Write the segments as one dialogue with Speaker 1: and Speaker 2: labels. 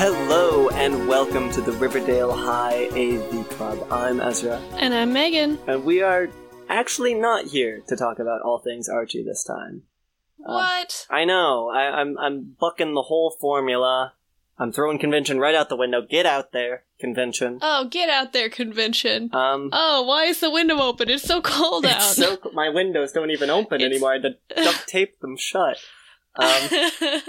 Speaker 1: Hello and welcome to the Riverdale High AV Club. I'm Ezra,
Speaker 2: And I'm Megan.
Speaker 1: and we are actually not here to talk about all things Archie this time. Uh,
Speaker 2: What?
Speaker 1: I know. I, I'm I'm bucking the whole formula. I'm throwing convention right out the window. Get out there, convention.
Speaker 2: Oh, get out there, convention.
Speaker 1: Um,
Speaker 2: Oh, why is the window open? It's so cold out.
Speaker 1: it's so my windows don't even open
Speaker 2: It's-
Speaker 1: anymore. I had to duct tape them shut. Um,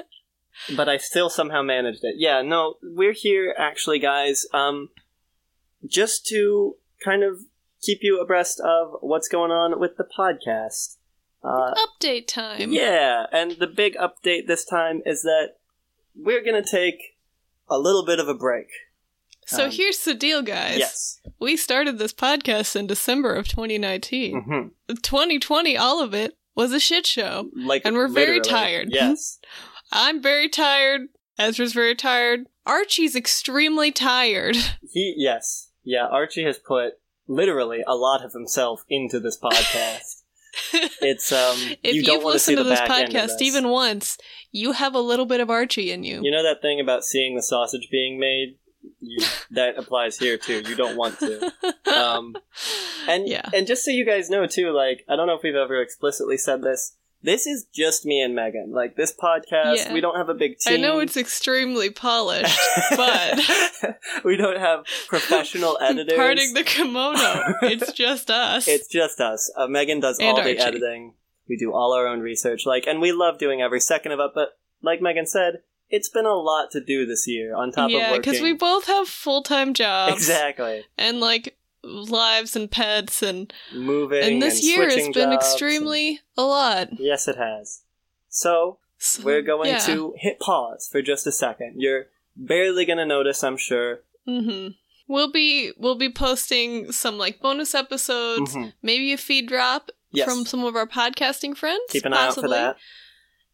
Speaker 1: but I still somehow managed it. Yeah, no, we're here actually, guys, um, just to kind of keep you abreast of what's going on with the podcast. Uh,
Speaker 2: Update time.
Speaker 1: yeah, and the big update this time is that we're gonna take a little bit of a break.
Speaker 2: So
Speaker 1: um,
Speaker 2: here's the deal, guys.
Speaker 1: Yes.
Speaker 2: We started this podcast in December of 2019.
Speaker 1: hmm
Speaker 2: 2020, all of it was a shit show.
Speaker 1: Like,
Speaker 2: And we're very
Speaker 1: literally.
Speaker 2: tired.
Speaker 1: Yes.
Speaker 2: I'm very tired. Ezra's very tired. Archie's extremely tired.
Speaker 1: He. Yes. Yeah. Archie has put literally a lot of himself into this podcast. it's um.
Speaker 2: If
Speaker 1: you
Speaker 2: you
Speaker 1: don't
Speaker 2: have
Speaker 1: wanna see
Speaker 2: listened to
Speaker 1: the
Speaker 2: this
Speaker 1: back end of
Speaker 2: podcast
Speaker 1: this.
Speaker 2: even once, you have a little bit of Archie in you.
Speaker 1: You know that thing about seeing the sausage being made? You, that applies here too. You don't want to. Um, and
Speaker 2: yeah.
Speaker 1: and just so you guys know too, like I don't know if we've ever explicitly said this. This is just me and Megan. Like this podcast,
Speaker 2: Yeah.
Speaker 1: we don't have a big team.
Speaker 2: I know it's extremely polished. but-
Speaker 1: we don't have professional editors.
Speaker 2: Parting the kimono. it's just us.
Speaker 1: It's just us. Uh, Megan does
Speaker 2: And
Speaker 1: all
Speaker 2: Archie.
Speaker 1: the editing. We do all our own research, like, and we love doing every second of it. But like Megan said, it's been a lot to do this year on top of
Speaker 2: yeah,
Speaker 1: working.
Speaker 2: we both have full time jobs
Speaker 1: exactly
Speaker 2: and like lives and pets and
Speaker 1: moving
Speaker 2: and this year has
Speaker 1: switching
Speaker 2: been
Speaker 1: jobs
Speaker 2: extremely a lot.
Speaker 1: and- yes, it has. So
Speaker 2: So,
Speaker 1: we're going
Speaker 2: yeah.
Speaker 1: to hit pause for just a second. You're barely gonna notice, I'm sure.
Speaker 2: Mhm. We'll be we'll be posting some like bonus episodes,
Speaker 1: Mhm.
Speaker 2: maybe a feed drop
Speaker 1: Yes.
Speaker 2: from some of our podcasting friends.
Speaker 1: Keep an
Speaker 2: possibly.
Speaker 1: eye out for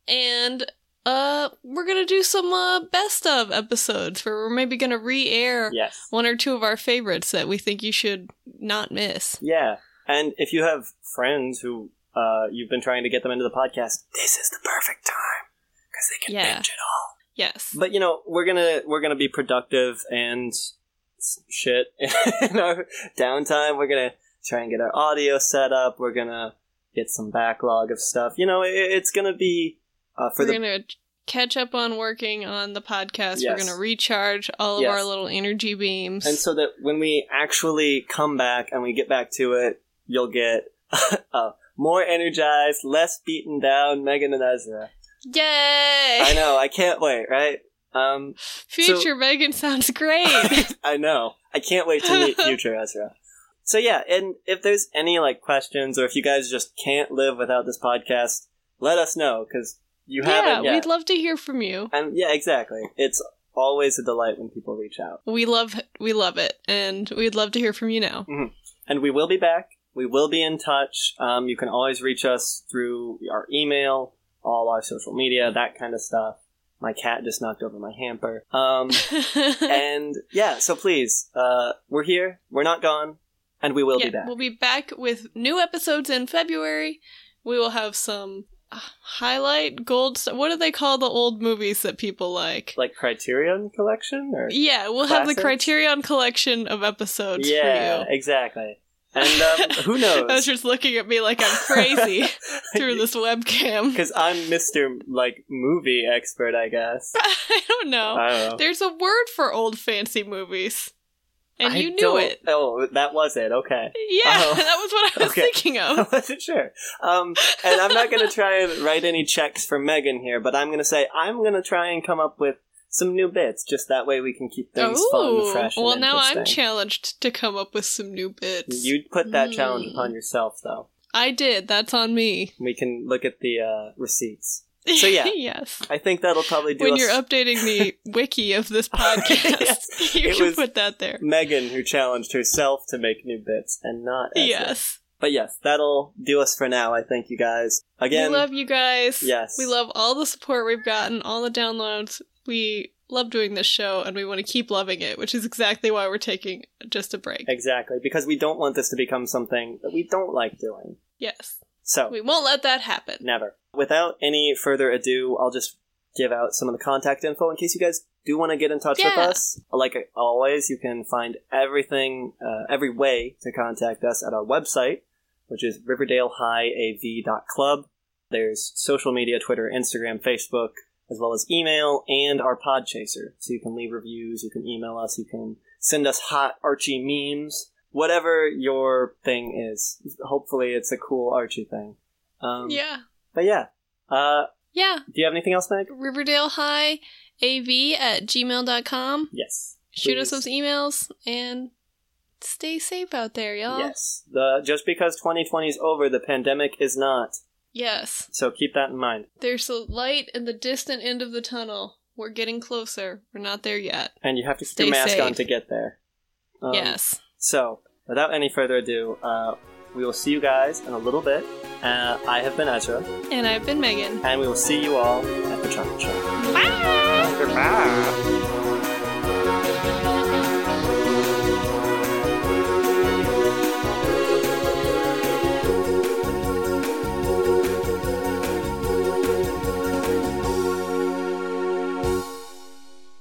Speaker 2: And uh, we're gonna do some uh, best of episodes where we're maybe gonna re-air
Speaker 1: that. Yes.
Speaker 2: one or two of our favorites that we think you should not miss.
Speaker 1: Yeah. And if you have friends who uh, you've been trying to get them into the podcast, this is the perfect time because they can
Speaker 2: Yeah.
Speaker 1: binge it all.
Speaker 2: Yes.
Speaker 1: But you know, we're gonna we're gonna be productive and s- shit in our downtime. We're gonna try and get our audio set up. We're gonna get some backlog of stuff. You know, it, it's gonna be uh, for
Speaker 2: we're
Speaker 1: the
Speaker 2: gonna catch up on working on the podcast. We're
Speaker 1: Yes.
Speaker 2: gonna recharge all of
Speaker 1: Yes.
Speaker 2: our little energy beams.
Speaker 1: and so that when we actually come back and we get back to it, you'll get uh, more energized, less beaten down, Megan and Ezra.
Speaker 2: Yay!
Speaker 1: I know. I can't wait. Right. Um,
Speaker 2: Future Megan sounds great.
Speaker 1: I know. I can't wait to meet future Ezra. So yeah, and if there's any like questions or if you guys just can't live without this podcast, let us know because you
Speaker 2: yeah,
Speaker 1: haven't yet.
Speaker 2: we'd love to hear from you.
Speaker 1: and yeah, exactly. It's always a delight when people reach out,
Speaker 2: We love we love it, and we'd love to hear from you now.
Speaker 1: and we will be back. We will be in touch. Um, you can always reach us through our email, all our social media, that kind of stuff. My cat just knocked over my hamper. Um, and yeah, so please, uh, we're here. We're not gone, and we will
Speaker 2: Yeah,
Speaker 1: be back.
Speaker 2: We'll be back with new episodes in February. We will have some uh, highlight gold. st- What do they call the old movies that people like?
Speaker 1: like Criterion collection or
Speaker 2: yeah, we'll have the
Speaker 1: classics?
Speaker 2: Criterion collection of episodes
Speaker 1: yeah,
Speaker 2: for you.
Speaker 1: exactly. And um, who
Speaker 2: I was
Speaker 1: knows?
Speaker 2: just looking at me like I'm crazy through this webcam.
Speaker 1: Because I'm Mister like movie expert, I guess.
Speaker 2: I don't know.
Speaker 1: I don't know.
Speaker 2: There's a word for old fancy movies, and
Speaker 1: I
Speaker 2: you knew
Speaker 1: don't-
Speaker 2: it.
Speaker 1: Oh, that was it. Okay,
Speaker 2: Yeah,
Speaker 1: Oh.
Speaker 2: that was what I was
Speaker 1: Okay.
Speaker 2: thinking
Speaker 1: I
Speaker 2: of.
Speaker 1: wasn't sure. Um, and I'm not gonna try and write any checks for Megan here, but I'm gonna say I'm gonna try and come up with some new bits. Just that way we can keep things fun,
Speaker 2: Oh,
Speaker 1: fresh. and
Speaker 2: well, now I'm
Speaker 1: interesting.
Speaker 2: challenged to come up with some new bits.
Speaker 1: You put that challenge
Speaker 2: Hmm.
Speaker 1: upon yourself, though.
Speaker 2: I did. That's on me.
Speaker 1: We can look at the uh, receipts. So, yeah.
Speaker 2: yes.
Speaker 1: I think that'll probably do
Speaker 2: When
Speaker 1: us
Speaker 2: you're updating the wiki of this podcast,
Speaker 1: Yes,
Speaker 2: you
Speaker 1: it
Speaker 2: can
Speaker 1: was-
Speaker 2: put that there.
Speaker 1: Megan who challenged herself to make new bits and not Ezra.
Speaker 2: Yes.
Speaker 1: But yes, that'll do us for now. I thank you guys again.
Speaker 2: we love you guys.
Speaker 1: yes,
Speaker 2: We love all the support we've gotten, all the downloads. We love doing this show and we want to keep loving it, which is exactly why we're taking just a break.
Speaker 1: exactly because we don't want this to become something that we don't like doing.
Speaker 2: Yes.
Speaker 1: So
Speaker 2: We won't let that happen.
Speaker 1: never. Without any further ado, I'll just give out some of the contact info in case you guys do want to get in touch with
Speaker 2: Yeah.
Speaker 1: us, like always, you can find everything, uh, every way to contact us at our website, which is riverdalehighav.club. There's social media, Twitter, Instagram, Facebook, as well as email and our Podchaser. So you can leave reviews, you can email us, you can send us hot Archie memes, whatever your thing is. Hopefully it's a cool Archie thing. Um,
Speaker 2: yeah.
Speaker 1: But yeah. Uh,
Speaker 2: Yeah.
Speaker 1: do you have anything else, Meg?
Speaker 2: Riverdale High AV at gmail.com.
Speaker 1: Yes.
Speaker 2: Shoot us
Speaker 1: Please.
Speaker 2: those emails and stay safe out there, y'all.
Speaker 1: Yes. The just because 2020 is over, the pandemic is not.
Speaker 2: Yes.
Speaker 1: So keep that in mind.
Speaker 2: There's a light in the distant end of the tunnel. We're getting closer. We're not there yet.
Speaker 1: And you have to keep
Speaker 2: Stay
Speaker 1: your mask
Speaker 2: safe.
Speaker 1: on to get there. Um,
Speaker 2: yes.
Speaker 1: So, without any further ado, uh, we will see you guys in a little bit. Uh, I have been Ezra,
Speaker 2: And I've been Megan.
Speaker 1: and we will see you all at the chocolate shop.
Speaker 2: Bye!
Speaker 1: Goodbye.